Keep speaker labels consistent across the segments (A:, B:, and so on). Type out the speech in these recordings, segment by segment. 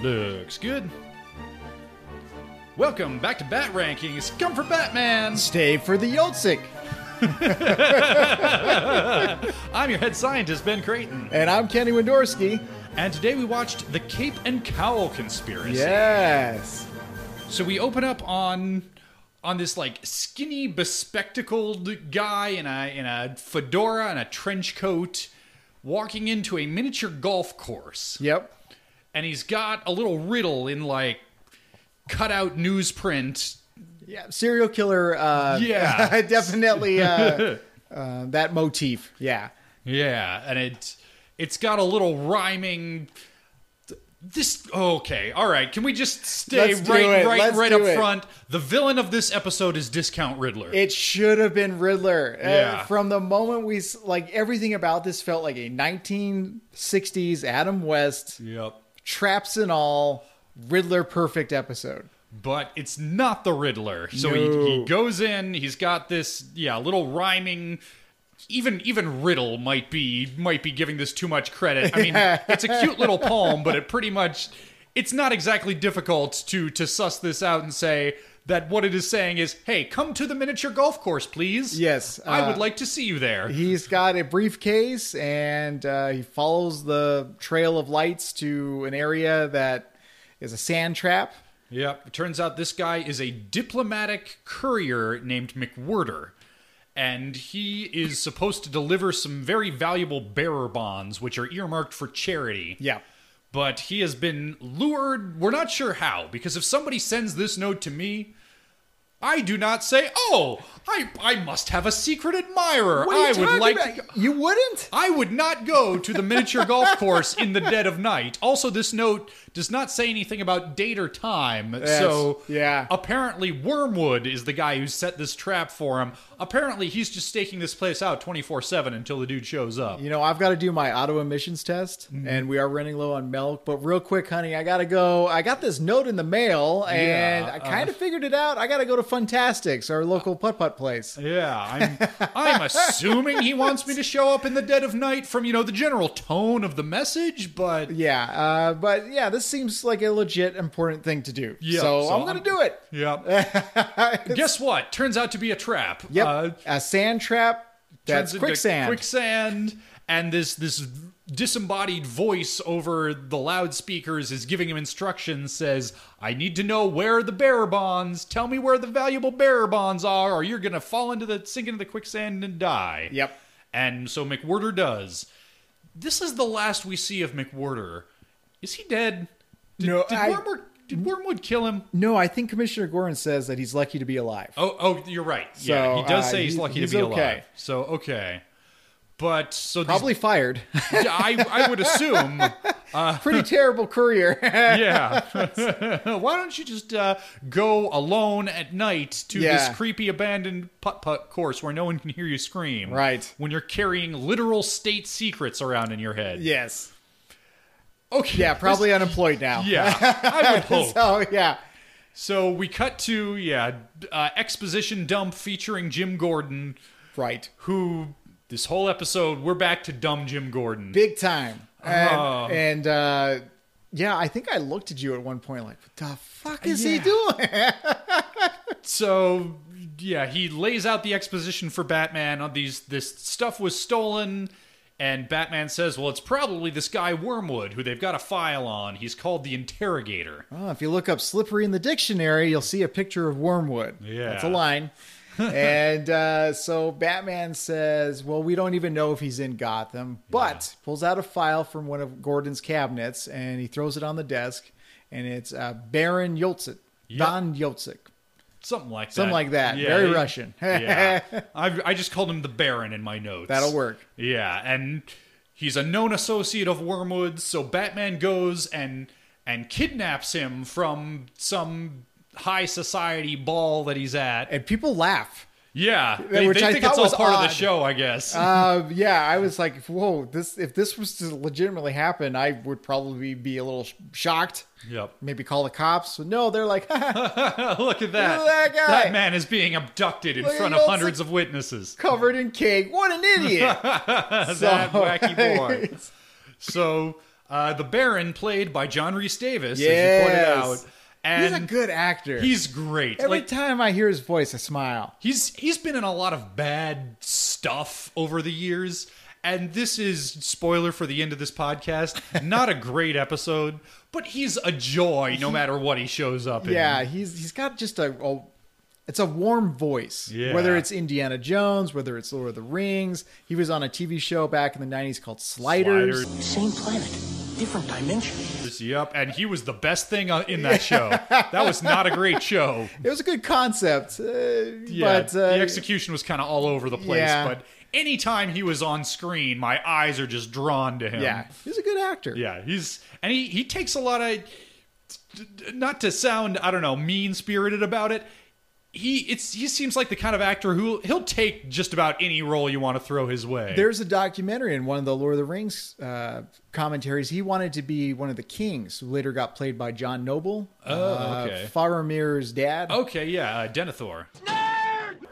A: Looks good. Welcome back to Bat Rankings. Come for Batman.
B: Stay for the Yoltzik.
A: I'm your head scientist, Ben Creighton.
B: And I'm Kenny Wendorski.
A: And today we watched The Cape and Cowl Conspiracy.
B: Yes.
A: So we open up on on this like skinny bespectacled guy in a in a fedora and a trench coat walking into a miniature golf course.
B: Yep.
A: And he's got a little riddle in like cutout newsprint.
B: Yeah. Serial killer. Uh,
A: Yeah.
B: definitely uh, uh, that motif. Yeah.
A: Yeah, and it it's got a little rhyming this okay, all right. Can we just stay
B: Let's do
A: right
B: it,
A: right
B: let's
A: right
B: do
A: up
B: it.
A: front? The villain of this episode is Discount Riddler.
B: It should have been Riddler. Uh,
A: Yeah.
B: from the moment we s- like everything about this felt like a 1960s Adam West
A: yep.
B: traps and all Riddler perfect episode.
A: but it's not the Riddler. So
B: No.
A: he, he goes in. He's got this yeah little rhyming. Even even Riddle might be might be giving this too much credit. I mean, it's a cute little poem, but it pretty much it's not exactly difficult to to suss this out and say that what it is saying is, hey, come to the miniature golf course, please.
B: Yes,
A: I would
B: uh,
A: like to see you there.
B: He's got a briefcase and uh, he follows the trail of lights to an area that is a sand trap.
A: Yep. It turns out this guy is a diplomatic courier named McWhirter. And he is supposed to deliver some very valuable bearer bonds, which are earmarked for charity.
B: Yeah.
A: But he has been lured. We're not sure how, because if somebody sends this note to me, I do not say, "Oh, I I must have a secret admirer." I would like to
B: You wouldn't?
A: I would not go to the miniature golf course in the dead of night. Also, this note does not say anything about date or time. so,
B: yeah.
A: apparently Wormwood is the guy who set this trap for him. Apparently, he's just staking this place out 24 7 until the dude shows up.
B: You know, I've got to do my auto emissions test
A: Mm-hmm.
B: and we are running low on milk. But real quick, honey, I got to go. I got this note in the mail and
A: Yeah, uh-huh.
B: I kind of figured it out. I got to go to Fantastics, our local putt putt place.
A: Yeah, I'm, I'm assuming he wants me to show up in the dead of night from, you know, the general tone of the message, but
B: Yeah. Uh, but yeah, this seems like a legit important thing to do.
A: Yeah,
B: so,
A: so
B: I'm going
A: I'm-
B: to do it.
A: yeah. Guess what? Turns out to be a trap.
B: Yep.
A: Uh,
B: a sand trap
A: turns
B: that's
A: into
B: quicksand.
A: Quicksand, and this this disembodied voice over the loudspeakers is giving him instructions. Says, "I need to know where the bearer bonds. Tell me where the valuable bearer bonds are, or you're gonna fall into the sink into the quicksand and die."
B: Yep.
A: And so McWhorter does. This is the last we see of McWhorter. Is he dead? Did,
B: No,
A: did
B: I-
A: Wormwood, did Wormwood kill him?
B: no, I think Commissioner Gorin says that he's lucky to be alive.
A: Oh, oh, you're right. yeah,
B: So,
A: he does
B: uh,
A: say he's
B: he's-
A: lucky
B: he's
A: to be
B: okay.
A: alive. So okay, but so these
B: Probably fired.
A: yeah, I, I would assume.
B: Pretty terrible courier.
A: Yeah. Why don't you just uh, go alone at night to
B: Yeah.
A: this creepy abandoned putt putt course where no one can hear you scream?
B: Right.
A: When you're carrying literal state secrets around in your head.
B: yes.
A: Okay.
B: Yeah, probably unemployed now.
A: Yeah. Oh. I would hope.
B: So yeah.
A: So we cut to, yeah, uh, exposition dump featuring Jim Gordon,
B: Right.
A: who this whole episode, we're back to dumb Jim Gordon.
B: Big time. And,
A: Um.
B: and uh yeah, I think I looked at you at one point like, what the fuck is he
A: Yeah.
B: doing?
A: so yeah he lays out the exposition for batman on these this stuff was stolen and batman says well it's probably this guy wormwood who they've got a file on he's called the interrogator
B: Oh, if you look up slippery in the dictionary, you'll see a picture of wormwood.
A: Yeah.
B: That's a line. and uh, so Batman says, Well, we don't even know if he's in Gotham, but pulls out a file from one of Gordon's cabinets and he throws it on the desk. And it's uh, Baron Yoltzik, Don Yoltzik,
A: something like that
B: something like that. Very Russian.
A: yeah I, I just called him the baron in my notes
B: That'll work.
A: yeah and he's a known associate of wormwood so batman goes and and kidnaps him from some high society ball that he's at
B: And people laugh.
A: Yeah, they,
B: which
A: they
B: I
A: think
B: thought
A: it's all
B: was
A: part of the
B: odd.
A: show, I guess.
B: Uh, yeah, I was like, whoa, this if this was to legitimately happen, I would probably be a little sh- shocked.
A: yep. Oh,
B: Maybe call the cops. But no, they're like,
A: Look at that.
B: Look at that guy.
A: man is being abducted in
B: Look at
A: front of
B: those-
A: hundreds of witnesses.
B: covered in cake. What an idiot!
A: that wacky boy. so Uh, the Baron, played by John Reese Davis, as you
B: Yes.
A: pointed out, and
B: he's a good actor.
A: he's great.
B: Every
A: like
B: time I hear his voice, I smile.
A: he's he's been in a lot of bad stuff over the years, and this is spoiler for the end of this podcast. not a great episode, but he's a joy no matter what he shows up in.
B: Yeah, he's he's got just a, a it's a warm voice.
A: Yeah.
B: Whether it's Indiana Jones, whether it's Lord of the Rings, he was on a TV show back in the '90s called Sliders.
A: Sliders.
C: Same planet, different dimension.
A: Yep, and he was the best thing uh, in that show. that was not a great show.
B: It was a good concept, uh,
A: Yeah,
B: but
A: the
B: uh,
A: execution was kind of all over the place.
B: yeah.
A: But anytime he was on screen, my eyes are just drawn to him.
B: yeah, he's a good actor.
A: yeah. He's and he he takes a lot of not to sound I don't know mean spirited about it. He it's he seems like the kind of actor who he'll take just about any role you want to throw his way.
B: There's a documentary in one of the Lord of the Rings uh, commentaries. He wanted to be one of the kings, who later got played by John Noble, uh,
A: Oh, okay.
B: Faramir's dad.
A: okay, yeah, uh, Denethor.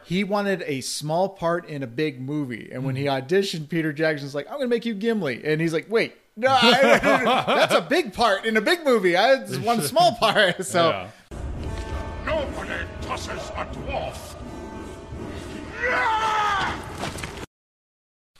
B: He wanted a small part in a big movie, and when he
A: Mm-hmm.
B: auditioned, Peter Jackson's like, "I'm going to make you Gimli," and he's like, "Wait, no, I- that's a big part in a big movie. I just one small part." So
A: Yeah.
D: Nobody tosses a dwarf.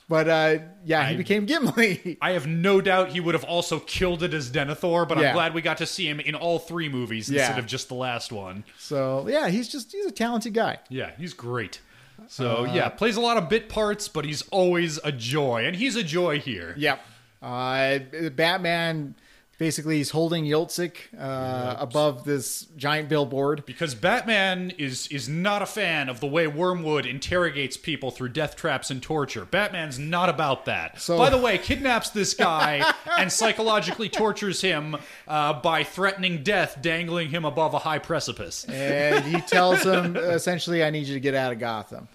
B: But uh, yeah, he
A: I-
B: became Gimli.
A: I have no doubt he would have also killed it as Denethor, but
B: Yeah.
A: I'm glad we got to see him in all three movies
B: Yeah.
A: instead of just the last one.
B: So yeah, he's just he's a talented guy.
A: Yeah, he's great. So
B: Uh,
A: yeah, plays a lot of bit parts, but he's always a joy, and he's a joy here.
B: Yep. Uh, Batman basically he's holding Yoltzik uh, above this giant billboard.
A: Because Batman is is not a fan of the way Wormwood interrogates people through death traps and torture. Batman's not about that.
B: So-
A: By the way, kidnaps this guy and psychologically tortures him uh, by threatening death, dangling him above a high precipice.
B: and he tells him essentially, "I need you to get out of Gotham."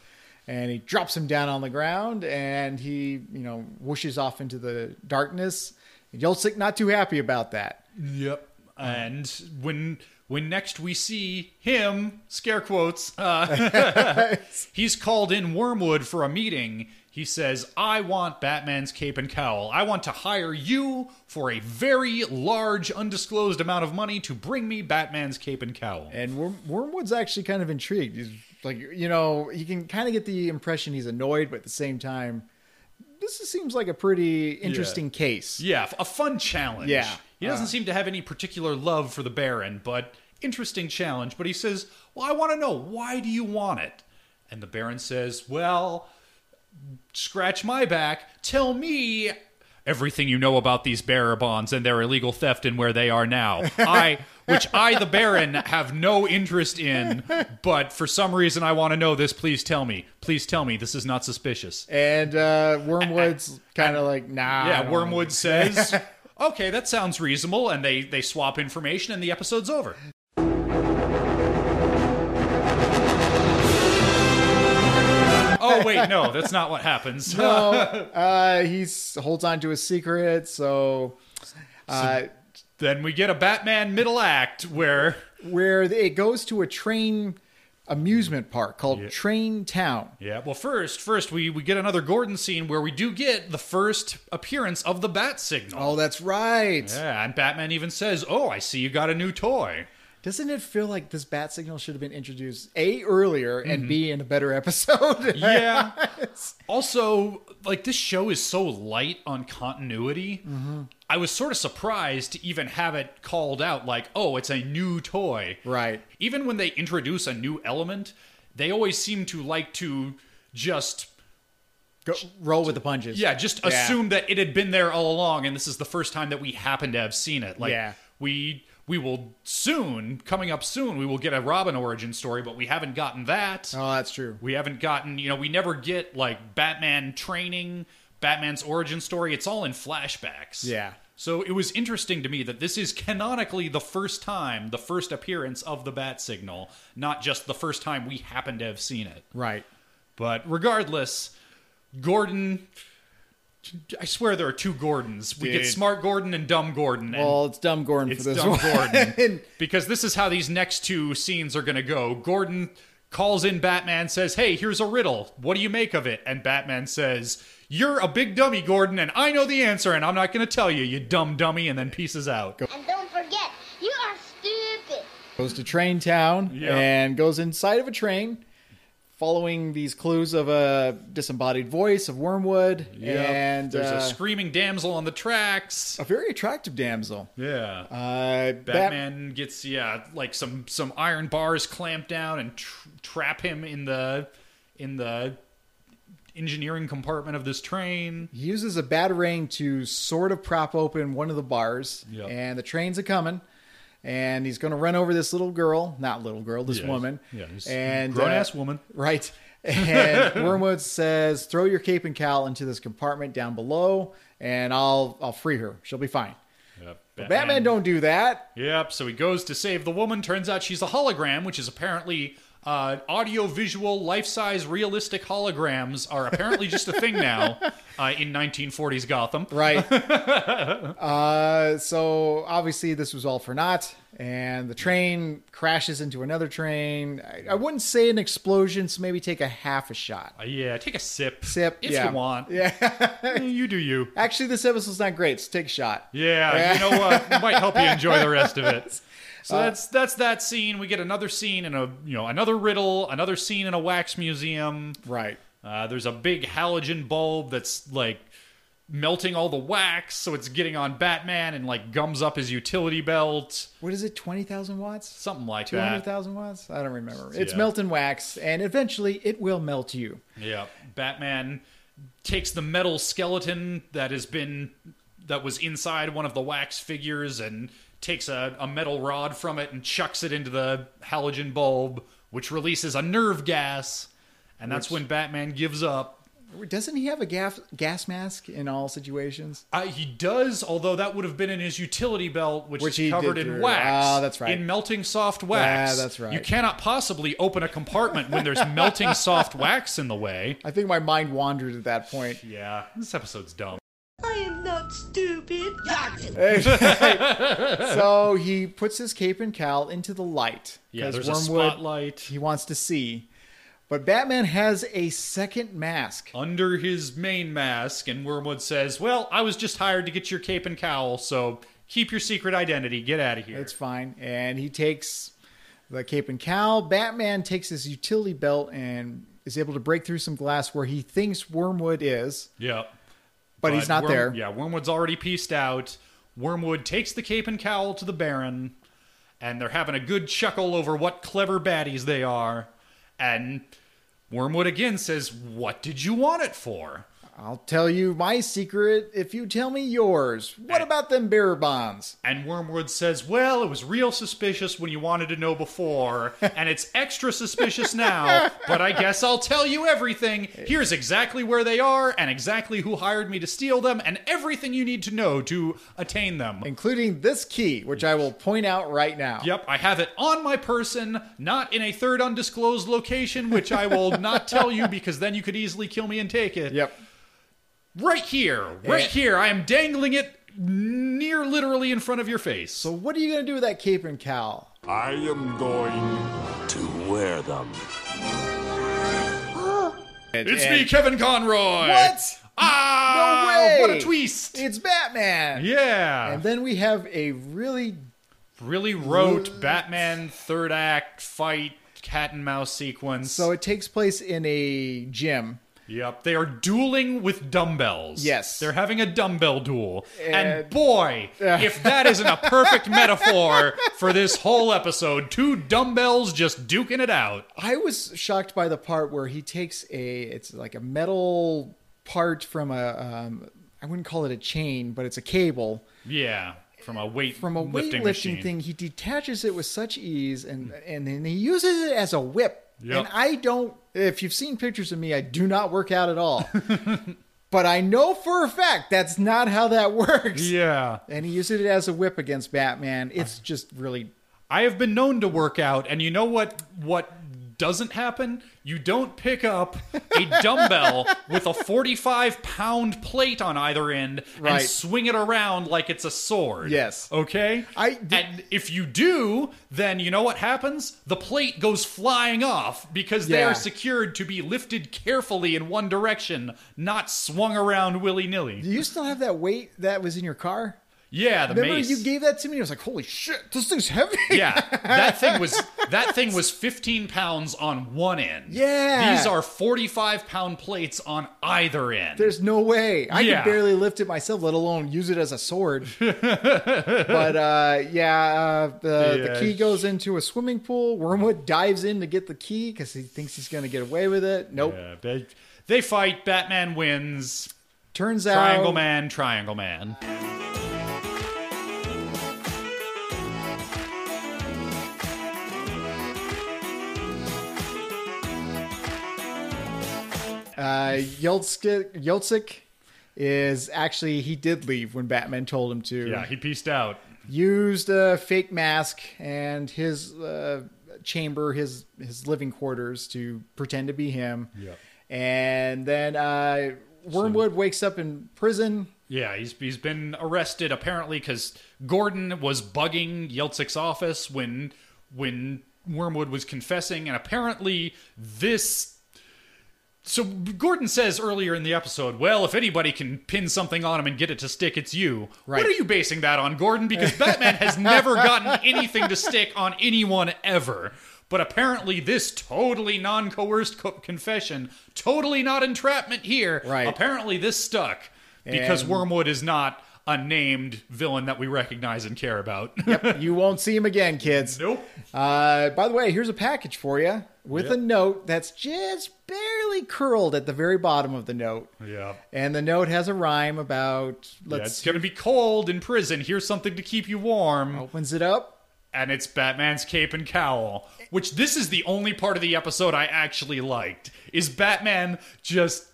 B: And he drops him down on the ground, and he, you know, whooshes off into the darkness. Yoltzik not too happy about that.
A: Yep. And when when next we see him, scare quotes, uh, he's called in Wormwood for a meeting. He says, "I want Batman's cape and cowl. I want to hire you for a very large, undisclosed amount of money to bring me Batman's cape and cowl."
B: And Worm- Wormwood's actually kind of intrigued. He's like, you know, you can kind of get the impression he's annoyed, but at the same time, this seems like a pretty interesting case.
A: Yeah, f- a fun challenge.
B: Yeah.
A: He doesn't seem to have any particular love for the Baron, but interesting challenge. But he says, Well, I want to know, why do you want it? And the Baron says, Well, scratch my back. Tell me everything you know about these Barabons and their illegal theft and where they are now. I. Which I, the Baron, have no interest in, but for some reason I want to know this. Please tell me. Please tell me. This is not suspicious.
B: And uh, Wormwood's kind of like, nah. I
A: Yeah,
B: don't
A: Wormwood says, "Okay, that sounds reasonable," and they they swap information, and the episode's over. oh wait, no, that's not what happens.
B: know." uh, he s- holds on to his secret, so. Uh,
A: then we get a Batman middle act where
B: where it goes to a train amusement park called Train Town.
A: yeah, well first, first we we get another Gordon scene where we do get the first appearance of the bat signal.
B: Oh, that's right.
A: Yeah, and Batman even says, "Oh, I see you got a new toy."
B: Doesn't it feel like this bat signal should have been introduced A earlier and B in a better episode?
A: Mm-hmm. Yeah. also, like this show is so light on continuity.
B: Mm-hmm.
A: I was sort of surprised to even have it called out like, "Oh, it's a new toy."
B: Right.
A: Even when they introduce a new element, they always seem to like to just
B: Go, roll with the punches.
A: yeah, just assume that it had been there all along and this is the first time that we happen to have seen it. Like
B: Yeah.
A: we we will soon, coming up soon, we will get a Robin origin story, but we haven't gotten that.
B: Oh, that's true.
A: We haven't gotten, you know, we never get like Batman training, Batman's origin story. It's all in flashbacks.
B: Yeah.
A: So it was interesting to me that this is canonically the first time, the first appearance of the Bat Signal, not just the first time we happen to have seen it.
B: Right.
A: But regardless, Gordon. I swear there are two Gordons. We get
B: Dude.
A: Smart Gordon and Dumb Gordon. and
B: Well, it's dumb Gordon
A: it's
B: for this
A: Dumb
B: one.
A: Gordon. because this is how these next two scenes are going to go. Gordon calls in Batman, says, Hey, here's a riddle. What do you make of it? And Batman says, You're a big dummy, Gordon, and I know the answer, and I'm not going to tell you, you dumb dummy, and then pieces out.
E: And don't forget, you are stupid.
B: goes to Train Town
A: Yeah.
B: and goes inside of a train, following these clues of a disembodied voice of Wormwood
A: Yep.
B: and
A: there's
B: uh,
A: a screaming damsel on the tracks.
B: a very attractive damsel.
A: Yeah.
B: Uh, Bat-
A: Batman gets yeah, like some some iron bars clamped down and tr trap him in the in the engineering compartment of this train.
B: he uses a batarang to sort of prop open one of the bars,
A: Yep.
B: and the trains a coming. And he's going to run over this little girl, not little girl, this
A: Yeah,
B: woman.
A: yeah, this
B: and
A: grown
B: uh,
A: ass woman.
B: Right. And Wormwood says, "Throw your cape and cowl into this compartment down below, and I'll I'll free her. She'll be fine."
A: Yep,
B: Batman don't do that.
A: Yep. So he goes to save the woman. Turns out she's a hologram, which is apparently uh, audio-visual, life-size, realistic holograms are apparently just a thing now uh, in 1940s Gotham.
B: Right. uh, so obviously this was all for naught, and the train crashes into another train. I, I wouldn't say an explosion, so maybe take a half a shot.
A: Uh, yeah. Take a sip.
B: Sip,
A: if
B: yeah.
A: you want.
B: Yeah.
A: Eh, You do you.
B: Actually, this episode's not great. So take a shot.
A: Yeah, you know what? It might help you enjoy the rest of it. So
B: Uh,
A: that's that's that scene. We get another scene in a you know another riddle, another scene in a wax museum.
B: Right.
A: Uh, there's a big halogen bulb that's like melting all the wax, so it's getting on Batman and like gums up his utility belt,
B: What is it? Twenty thousand watts?
A: something like
B: Two hundred
A: that.
B: thousand watts? I don't remember. It's
A: Yeah.
B: melt and wax, and eventually it will melt you.
A: Yeah, Batman takes the metal skeleton that has been that was inside one of the wax figures and takes a, a metal rod from it and chucks it into the halogen bulb, which releases a nerve gas, and that's when Batman gives up.
B: Doesn't he have a gas gas mask in all situations?
A: Uh, he does, although that would have been in his utility belt, which,
B: Which he
A: is
B: did
A: covered in
B: through.
A: wax.
B: Ah, that's right.
A: In melting soft wax.
B: that's right.
A: You cannot possibly open a compartment when there's melting soft wax in the way.
B: I think my mind wandered at that point.
A: Yeah, this episode's dumb.
F: I am not stupid.
B: so he puts his cape and cowl into the light.
A: Yeah,
B: 'cause
A: there's a spotlight
B: He wants to see. But Batman has a second mask.
A: under his main mask, and Wormwood says, "Well, I was just hired to get your cape and cowl, so keep your secret identity. Get out of here."
B: It's fine. And he takes the cape and cowl. Batman takes his utility belt and is able to break through some glass where he thinks Wormwood is,
A: yeah,
B: but, he's not
A: Worm-
B: there.
A: Yeah, Wormwood's already pieced out. Wormwood takes the cape and cowl to the Baron, and they're having a good chuckle over what clever baddies they are. And Wormwood again says, "What did you want it for?"
B: I'll tell you my secret if you tell me yours. What about them bearer bonds?
A: And Wormwood says, Well, it was real suspicious when you wanted to know before, and it's extra suspicious now, but I guess I'll tell you everything. Here's exactly where they are, and exactly who hired me to steal them, and everything you need to know to attain them.
B: Including this key, which I will point out right now.
A: Yep, I have it on my person, not in a third undisclosed location, which I will not tell you because then you could easily kill me and take it.
B: Yep. Eh.
A: Right here, right
B: Yeah.
A: here. I am dangling it near literally in front of your face.
B: So what are you going to do with that cape and cowl?
D: I am going.
C: To wear them.
A: It's me, Kevin Conroy.
B: What?
A: Ah,
B: No way.
A: what a twist.
B: It's Batman.
A: yeah.
B: And then we have a really
A: really wrote Batman third act fight cat and mouse sequence.
B: so it takes place in a gym.
A: yep, they are dueling with dumbbells.
B: Yes.
A: They're having a dumbbell duel. And,
B: And-
A: boy, if that isn't a perfect metaphor for this whole episode, two dumbbells just duking it out.
B: I was shocked by the part where he takes a it's like a metal part from a um, I wouldn't call it a chain, but it's a cable
A: Yeah. From a weight
B: from a
A: lifting
B: weightlifting
A: machine.
B: thing. He detaches it with such ease, and and then he uses it as a whip.
A: Yep.
B: And I don't. If you've seen pictures of me, I do not work out at all. but I know for a fact that's not how that works.
A: Yeah.
B: and he uses it as a whip against Batman. It's just really
A: I have been known to work out, and you know what what doesn't happen, you don't pick up a dumbbell with a 45 pound plate on either end and
B: Right.
A: swing it around like it's a sword.
B: Yes.
A: Okay?
B: I did-
A: and if you do, then you know what happens? The plate goes flying off because they
B: Yeah.
A: are secured to be lifted carefully in one direction, not swung around willy nilly.
B: Do you still have that weight that was in your car?
A: Yeah, the
B: Remember
A: mace.
B: you gave that to me? I was like, holy shit, this thing's heavy.
A: yeah, that thing was that thing was 15 pounds on one end.
B: Yeah.
A: these are 45 pound plates on either end.
B: There's no way. I
A: Yeah.
B: could barely lift it myself, let alone use it as a sword. but uh, yeah, uh, the, the
A: Yeah.
B: key goes into a swimming pool. Wormwood dives in to get the key because he thinks he's going to get away with it. Nope.
A: Yeah, Uh, they, they fight. Batman wins.
B: Turns out.
A: Triangle Man, Triangle Man.
B: Uh, Yeltsin Yeltsin is actually, he did leave when Batman told him to.
A: Yeah, he pieced out.
B: used a fake mask and his uh, chamber, his his living quarters, to pretend to be him.
A: Yep.
B: And then uh, Wormwood wakes up in prison.
A: Yeah, he's he's been arrested apparently because Gordon was bugging Yeltsin's office when when Wormwood was confessing, and apparently this. So Gordon says earlier in the episode, "Well, if anybody can pin something on him and get it to stick, it's you."
B: Right.
A: What are you basing that on, Gordon? Because Batman has never gotten anything to stick on anyone ever. But apparently, this totally non-coerced co- confession, totally not entrapment here.
B: Right.
A: Apparently, this stuck because
B: And-
A: Wormwood is not a named villain that we recognize and care about.
B: you won't see him again, kids.
A: nope.
B: Uh, by the way, here's a package for you with a note that's just barely curled at the very bottom of the note.
A: Yeah.
B: And the note has a rhyme about
A: Yeah, it's
B: let's
A: going to be cold in prison. Here's something to keep you warm.
B: opens it up.
A: And it's Batman's cape and cowl, which this is the only part of the episode I actually liked. Is Batman just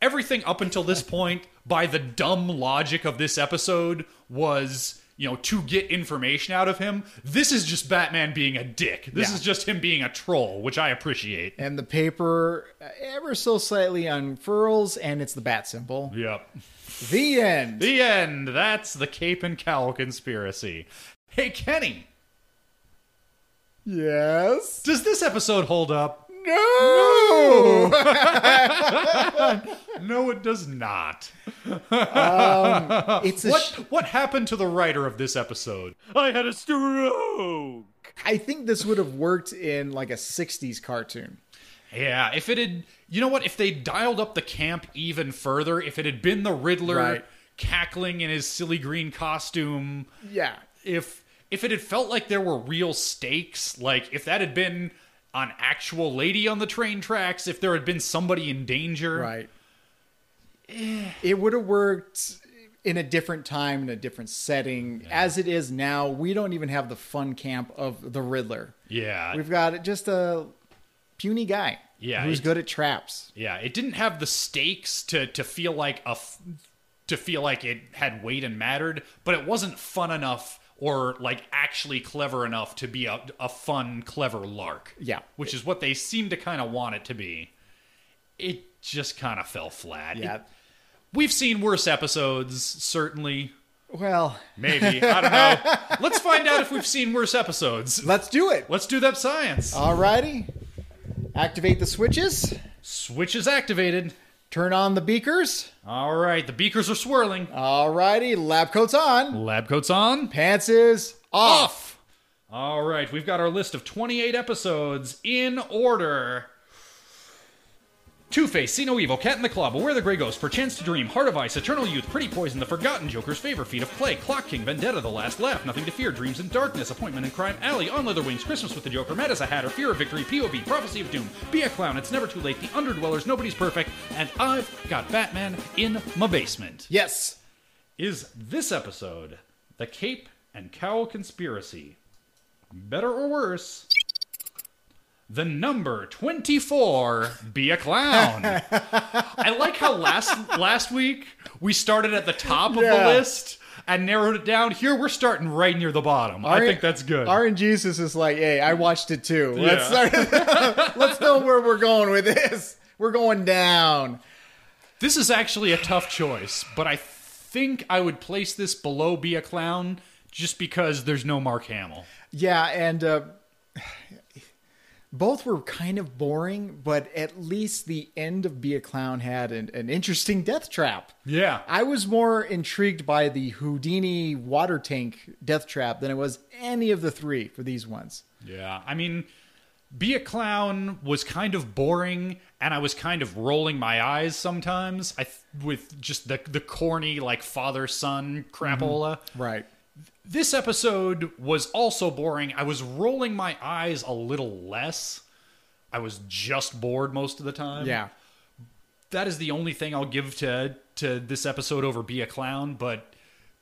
A: everything up until this point by the dumb logic of this episode was you know to get information out of him this is just batman being a dick this
B: Yeah.
A: is just him being a troll which i appreciate
B: And the paper uh, ever so slightly unfurls, and it's the bat symbol.
A: yep
B: The end.
A: The end. That's the Cape and Cowl conspiracy. Hey, Kenny,
B: Yes.
A: does this episode hold up?
B: No.
A: No, it does not.
B: It's a
A: What
B: sh-
A: what happened to the writer of this episode?
D: I had a stroke.
B: I think this would have worked in like a '60s cartoon.
A: Yeah, if it had, you know what? If they dialed up the camp even further, if it had been the Riddler
B: Right.
A: cackling in his silly green costume,
B: Yeah.
A: if if it had felt like there were real stakes, like if that had been an actual lady on the train tracks, if there had been somebody in danger,
B: Right. it would have worked in a different time, in a different setting. As it is now, we don't even have the fun camp of the Riddler.
A: Yeah,
B: We've got just a puny guy.
A: Yeah,
B: Who's
A: he-
B: good at traps.
A: Yeah, it didn't have the stakes to to feel like a f- to feel like it had weight and mattered, but it wasn't fun enough or like actually clever enough to be a, a fun clever lark.
B: Yeah.
A: which is what they seem to kind of want it to be. It just kind of fell flat.
B: Yeah.
A: It- we've seen worse episodes, certainly.
B: Well,
A: Maybe I don't know. Let's find out if we've seen worse episodes.
B: let's do it.
A: Let's do that science.
B: Uh, Alrighty. Activate the switches.
A: Switch is activated.
B: Turn on the beakers.
A: All right, the beakers are swirling.
B: uh, Alrighty. Lab coats on.
A: Lab coats on.
B: Pants is off.
A: off. All right, we've got our list of 28 episodes in order. Two Face, See No Evil, Cat in the Claw, Beware the Grey Ghost, Perchance to Dream, Heart of Ice, Eternal Youth, Pretty Poison, The Forgotten Joker's Favor, Feet of Clay, Clock King, Vendetta, The Last Laugh, Nothing to Fear, Dreams in Darkness, Appointment in Crime Alley, On Leather Wings, Christmas with the Joker, Mad as a Hatter, Fear of Victory, POV, Prophecy of Doom, Be a Clown, It's Never Too Late, The Underdwellers, Nobody's Perfect, and I've Got Batman in My Basement
B: Yes.
A: is this episode the cape and cowl conspiracy better or worse the number 24 be a clown i like how last last week we started at the top of
B: Yeah.
A: the list I narrowed it down. Here we're starting right near the bottom. I think that's good.
B: R and Jesus is like, hey, I watched it too. Let's
A: Yeah.
B: start- let's know where we're going with this. We're going down.
A: This is actually a tough choice, but I think I would place this below Be a Clown just because there's no Mark Hamill.
B: Yeah, and uh, both were kind of boring, but at least the end of Be a Clown had an, an interesting death trap.
A: Yeah.
B: I was more intrigued by the Houdini water tank death trap than I was any of the three for these ones.
A: Yeah. I mean, Be a Clown was kind of boring and I was kind of rolling my eyes sometimes I th- with just the the corny like father son crapola.
B: Right.
A: This episode was also boring. I was rolling my eyes a little less. I was just bored most of the time.
B: Yeah.
A: that is the only thing I'll give to to this episode over Be a Clown, but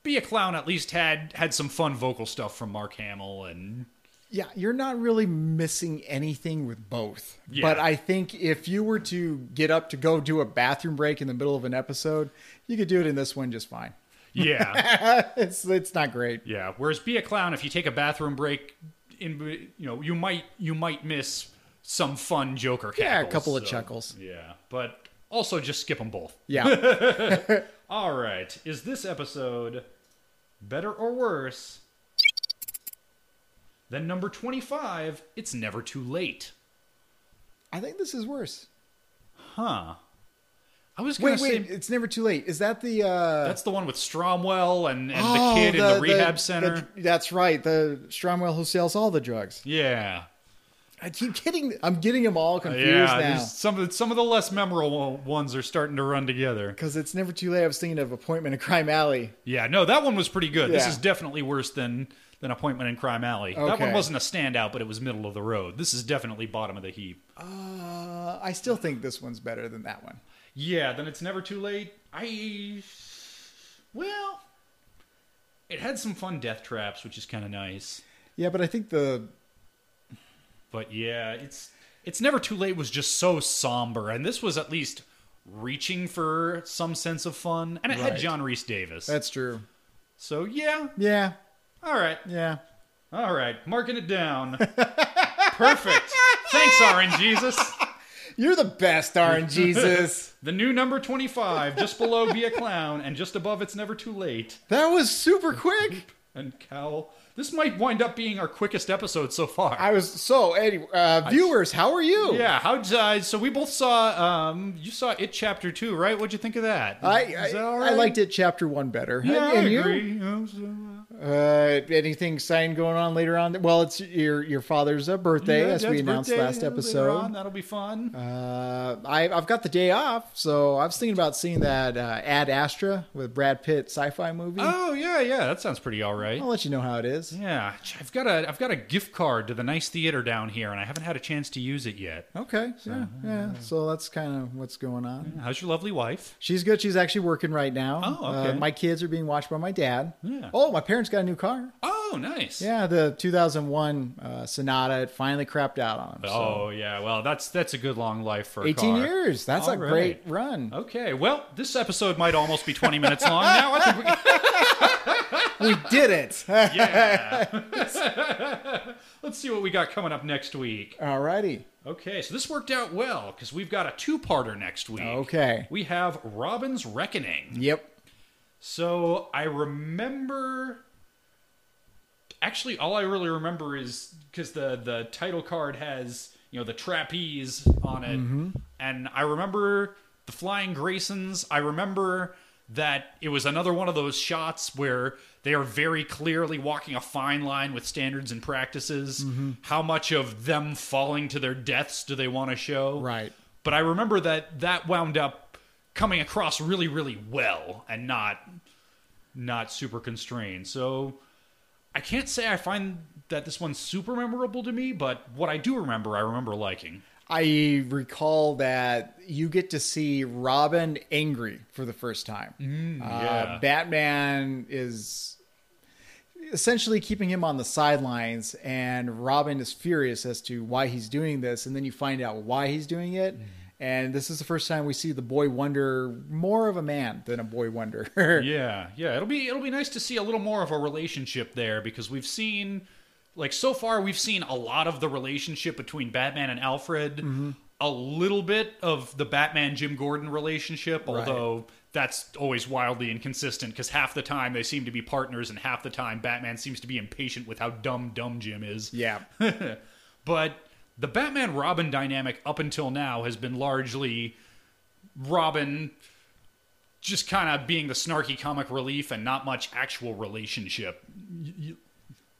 A: Be a Clown at least had had some fun vocal stuff from Mark Hamill and
B: Yeah, you're not really missing anything with both.
A: Yeah.
B: But I think if you were to get up to go do a bathroom break in the middle of an episode, you could do it in this one just fine.
A: yeah,
B: It's it's not great.
A: yeah. Whereas Be a Clown if you take a bathroom break in you know, you might you might miss some fun Joker
B: Yeah, a
A: cackles,
B: couple of
A: so-
B: chuckles.
A: Yeah, but also just skip them both.
B: Yeah.
A: All right. Is this episode better or worse than number 25, It's Never Too Late?
B: I think this is worse.
A: Huh. I was gonna
B: Wait, wait,
A: say
B: it's never too late. Is that the uh
A: that's the one with Stromwell and, and
B: oh,
A: the kid in the rehab center.
B: the- that's right. The Stromwell who sells all the drugs.
A: yeah,
B: I keep getting I'm getting them all confused
A: yeah.
B: now.
A: there's Some of the- some of the less memorable ones are starting to run together.
B: Because it's never too late. I was thinking of Appointment at Crime Alley.
A: Yeah, no, that one was pretty good. This
B: Yeah.
A: is definitely worse than than Appointment in Crime Alley. That
B: Okay.
A: one wasn't a standout, but it was middle of the road. This is definitely bottom of the heap.
B: Uh, I still think this one's better than that one.
A: Yeah, then it's never too late. I well, it had some fun death traps, which is kind of nice.
B: Yeah, but I think the
A: But yeah, it's it's never too late was just so somber, and this was at least reaching for some sense of fun, and it had
B: Right.
A: John Reese Davis.
B: that's true.
A: so yeah,
B: Yeah,
A: all right,
B: yeah.
A: all right, marking it down. Perfect. Thanks, RNGesus. Jesus.
B: You're the best, R and Jesus.
A: The new number twenty-five, just below "Be a Clown" and just above "It's Never Too Late."
B: that was super quick.
A: And Cal, this might wind up being our quickest episode so far.
B: I was so Eddie. Uh, viewers, how are you?
A: yeah, how uh, so? We both saw. Um, you saw it chapter two, right? What'd you think of that?
B: I
A: Is
B: I,
A: that all
B: I
A: right?
B: liked it. Chapter one better.
A: Yeah,
B: And
A: I
B: you?
A: agree. You know, so, uh,
B: Uh, anything sign going on later on? Well, it's your your father's uh, birthday,
A: yeah,
B: as we
A: Dad's
B: announced
A: birthday,
B: last
A: yeah, later on,
B: episode.
A: that'll be fun.
B: Uh, I, I've got the day off, so I was thinking about seeing that uh, Ad Astra with Brad Pitt sci-fi movie.
A: oh yeah, yeah. That sounds pretty all right.
B: I'll let you know how it is.
A: Yeah, I've got a I've got a gift card to the nice theater down here, and I haven't had a chance to use it yet.
B: Okay. Yeah. Yeah. uh, So that's kind of what's going on.
A: How's your lovely wife?
B: She's good. She's actually working right now.
A: Oh, okay.
B: Uh, my kids are being watched by my dad.
A: Yeah.
B: Oh, my parents got a new car.
A: Oh, nice.
B: Yeah, the 2001 uh, Sonata. It finally crapped out on them.
A: Oh yeah. Well, that's that's a good long life for a
B: 18
A: car.
B: years. That's
A: All
B: a
A: right.
B: great run.
A: Okay, well, this episode might almost be 20 minutes long now. I think we
B: We did it.
A: Yeah. Let's see what we got coming up next week.
B: Alrighty.
A: Okay, so this worked out well because we've got a two parter next week.
B: Okay.
A: We have Robin's Reckoning.
B: Yep.
A: So I remember. Actually, all I really remember is because the, the title card has, you know, the trapeze on it. And I remember the Flying Graysons. I remember that it was another one of those shots where they are very clearly walking a fine line with standards and practices. How much of them falling to their deaths do they want to show?
B: Right.
A: But I remember that that wound up coming across really, really well and not not super constrained. So I can't say I find that this one's super memorable to me, but what I do remember, I remember liking.
B: I recall that you get to see Robin angry for the first time.
A: yeah.
B: uh, Batman is essentially keeping him on the sidelines, and Robin is furious as to why he's doing this, and then you find out why he's doing it, And this is the first time we see the boy wonder more of a man than a boy wonder.
A: Yeah, yeah. It'll be it'll be nice to see a little more of a relationship there because we've seen like so far we've seen a lot of the relationship between Batman and Alfred, a little bit of the Batman Jim Gordon relationship, although that's always wildly inconsistent cuz half the time they seem to be partners and half the time Batman seems to be impatient with how dumb dumb Jim is.
B: yeah.
A: But the Batman Robin dynamic up until now has been largely Robin just kind of being the snarky comic relief and not much actual relationship.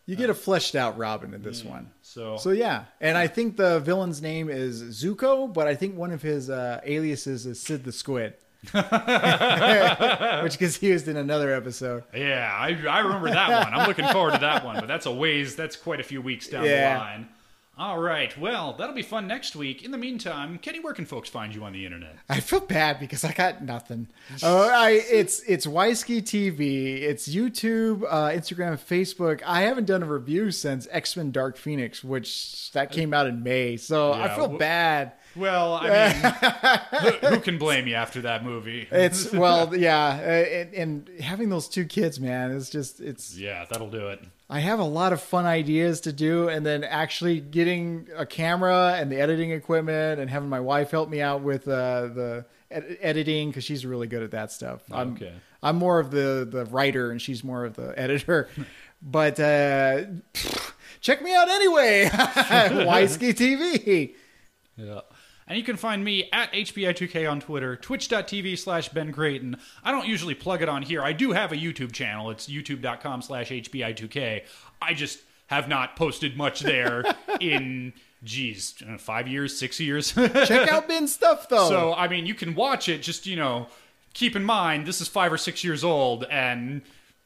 B: You get a fleshed out Robin in this one.
A: So,
B: So yeah, and I think the villain's name is Zuko, but I think one of his uh, aliases is Sid the Squid, which gets used in another episode.
A: yeah, I, I remember that one. I'm looking forward to that one, but that's a ways, that's quite a few weeks down
B: Yeah.
A: the line. All right, well, that'll be fun next week. In the meantime, Kenny, where can folks find you on the internet?
B: I feel bad because I got nothing. Oh, I it's it's Weisky TV, it's YouTube, uh, Instagram, Facebook. I haven't done a review since X Men Dark Phoenix, which that came out in May. So I
A: Yeah,
B: feel
A: wh-
B: bad.
A: Well, I mean, who, who can blame you after that movie?
B: It's well, yeah, uh, and, and having those two kids, man, it's just it's.
A: yeah, that'll do it.
B: I have a lot of fun ideas to do, and then actually getting a camera and the editing equipment, and having my wife help me out with uh, the ed- editing because she's really good at that stuff. I'm,
A: Okay.
B: I'm more of the the writer, and she's more of the editor. but uh, check me out anyway, Weisky TV.
A: Yeah. And you can find me at HBI2K on Twitter, twitch.tv slash Ben Creighton. I don't usually plug it on here. I do have a YouTube channel. It's youtube.com slash HBI2K. I just have not posted much there in, geez, uh, five years, six years.
B: Check out Ben's stuff though.
A: so, I mean, you can watch it. Just, you know, keep in mind, this is five or six years old, and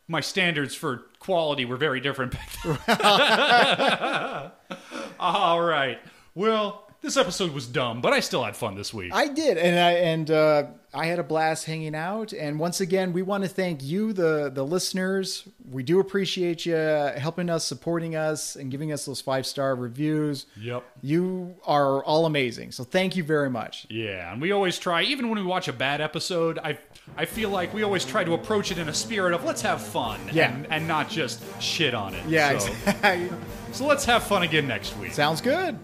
A: my standards for quality were very different back then. All right. Well, this episode was dumb, but I still had fun this week.
B: I did, and I and uh, I had a blast hanging out. And once again, we want to thank you, the the listeners. We do appreciate you helping us, supporting us, and giving us those five star reviews.
A: Yep.
B: You are all amazing. So thank you very much.
A: Yeah, and we always try, even when we watch a bad episode, I I feel like we always try to approach it in a spirit of let's have fun
B: Yeah.
A: and, and not just shit on it.
B: Yeah,
A: So,
B: exactly.
A: so let's have fun again next week.
B: sounds good.